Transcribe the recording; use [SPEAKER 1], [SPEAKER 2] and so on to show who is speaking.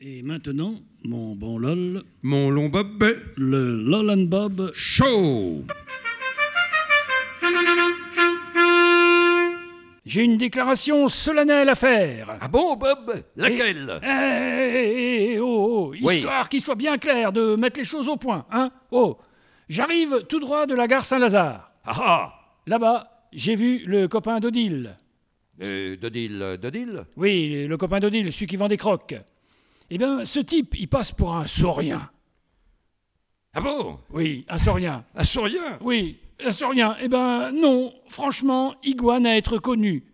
[SPEAKER 1] Et maintenant, mon bon LOL,
[SPEAKER 2] Mon long bob
[SPEAKER 1] le LOL and Bob.
[SPEAKER 2] chaud.
[SPEAKER 1] J'ai une déclaration solennelle à faire.
[SPEAKER 3] Ah bon, Bob Laquelle
[SPEAKER 1] Eh, eh, eh, oh, oh,
[SPEAKER 3] Oui.
[SPEAKER 1] histoire qu'il soit bien clair de mettre les choses au point, hein. Oh, j'arrive tout droit de la gare Saint-Lazare.
[SPEAKER 3] Ah ah
[SPEAKER 1] Là-bas, j'ai vu le copain d'Odile.
[SPEAKER 3] euh, Dodil, euh, Dodil
[SPEAKER 1] Oui, le copain d'Odile, celui qui vend des crocs. Eh bien, ce type, il passe pour un saurien.
[SPEAKER 3] Ah bon
[SPEAKER 1] Oui, un saurien.
[SPEAKER 2] Ah,
[SPEAKER 3] Un sourien
[SPEAKER 1] Oui, un saurien. Eh ben, non, franchement, iguane à être connu.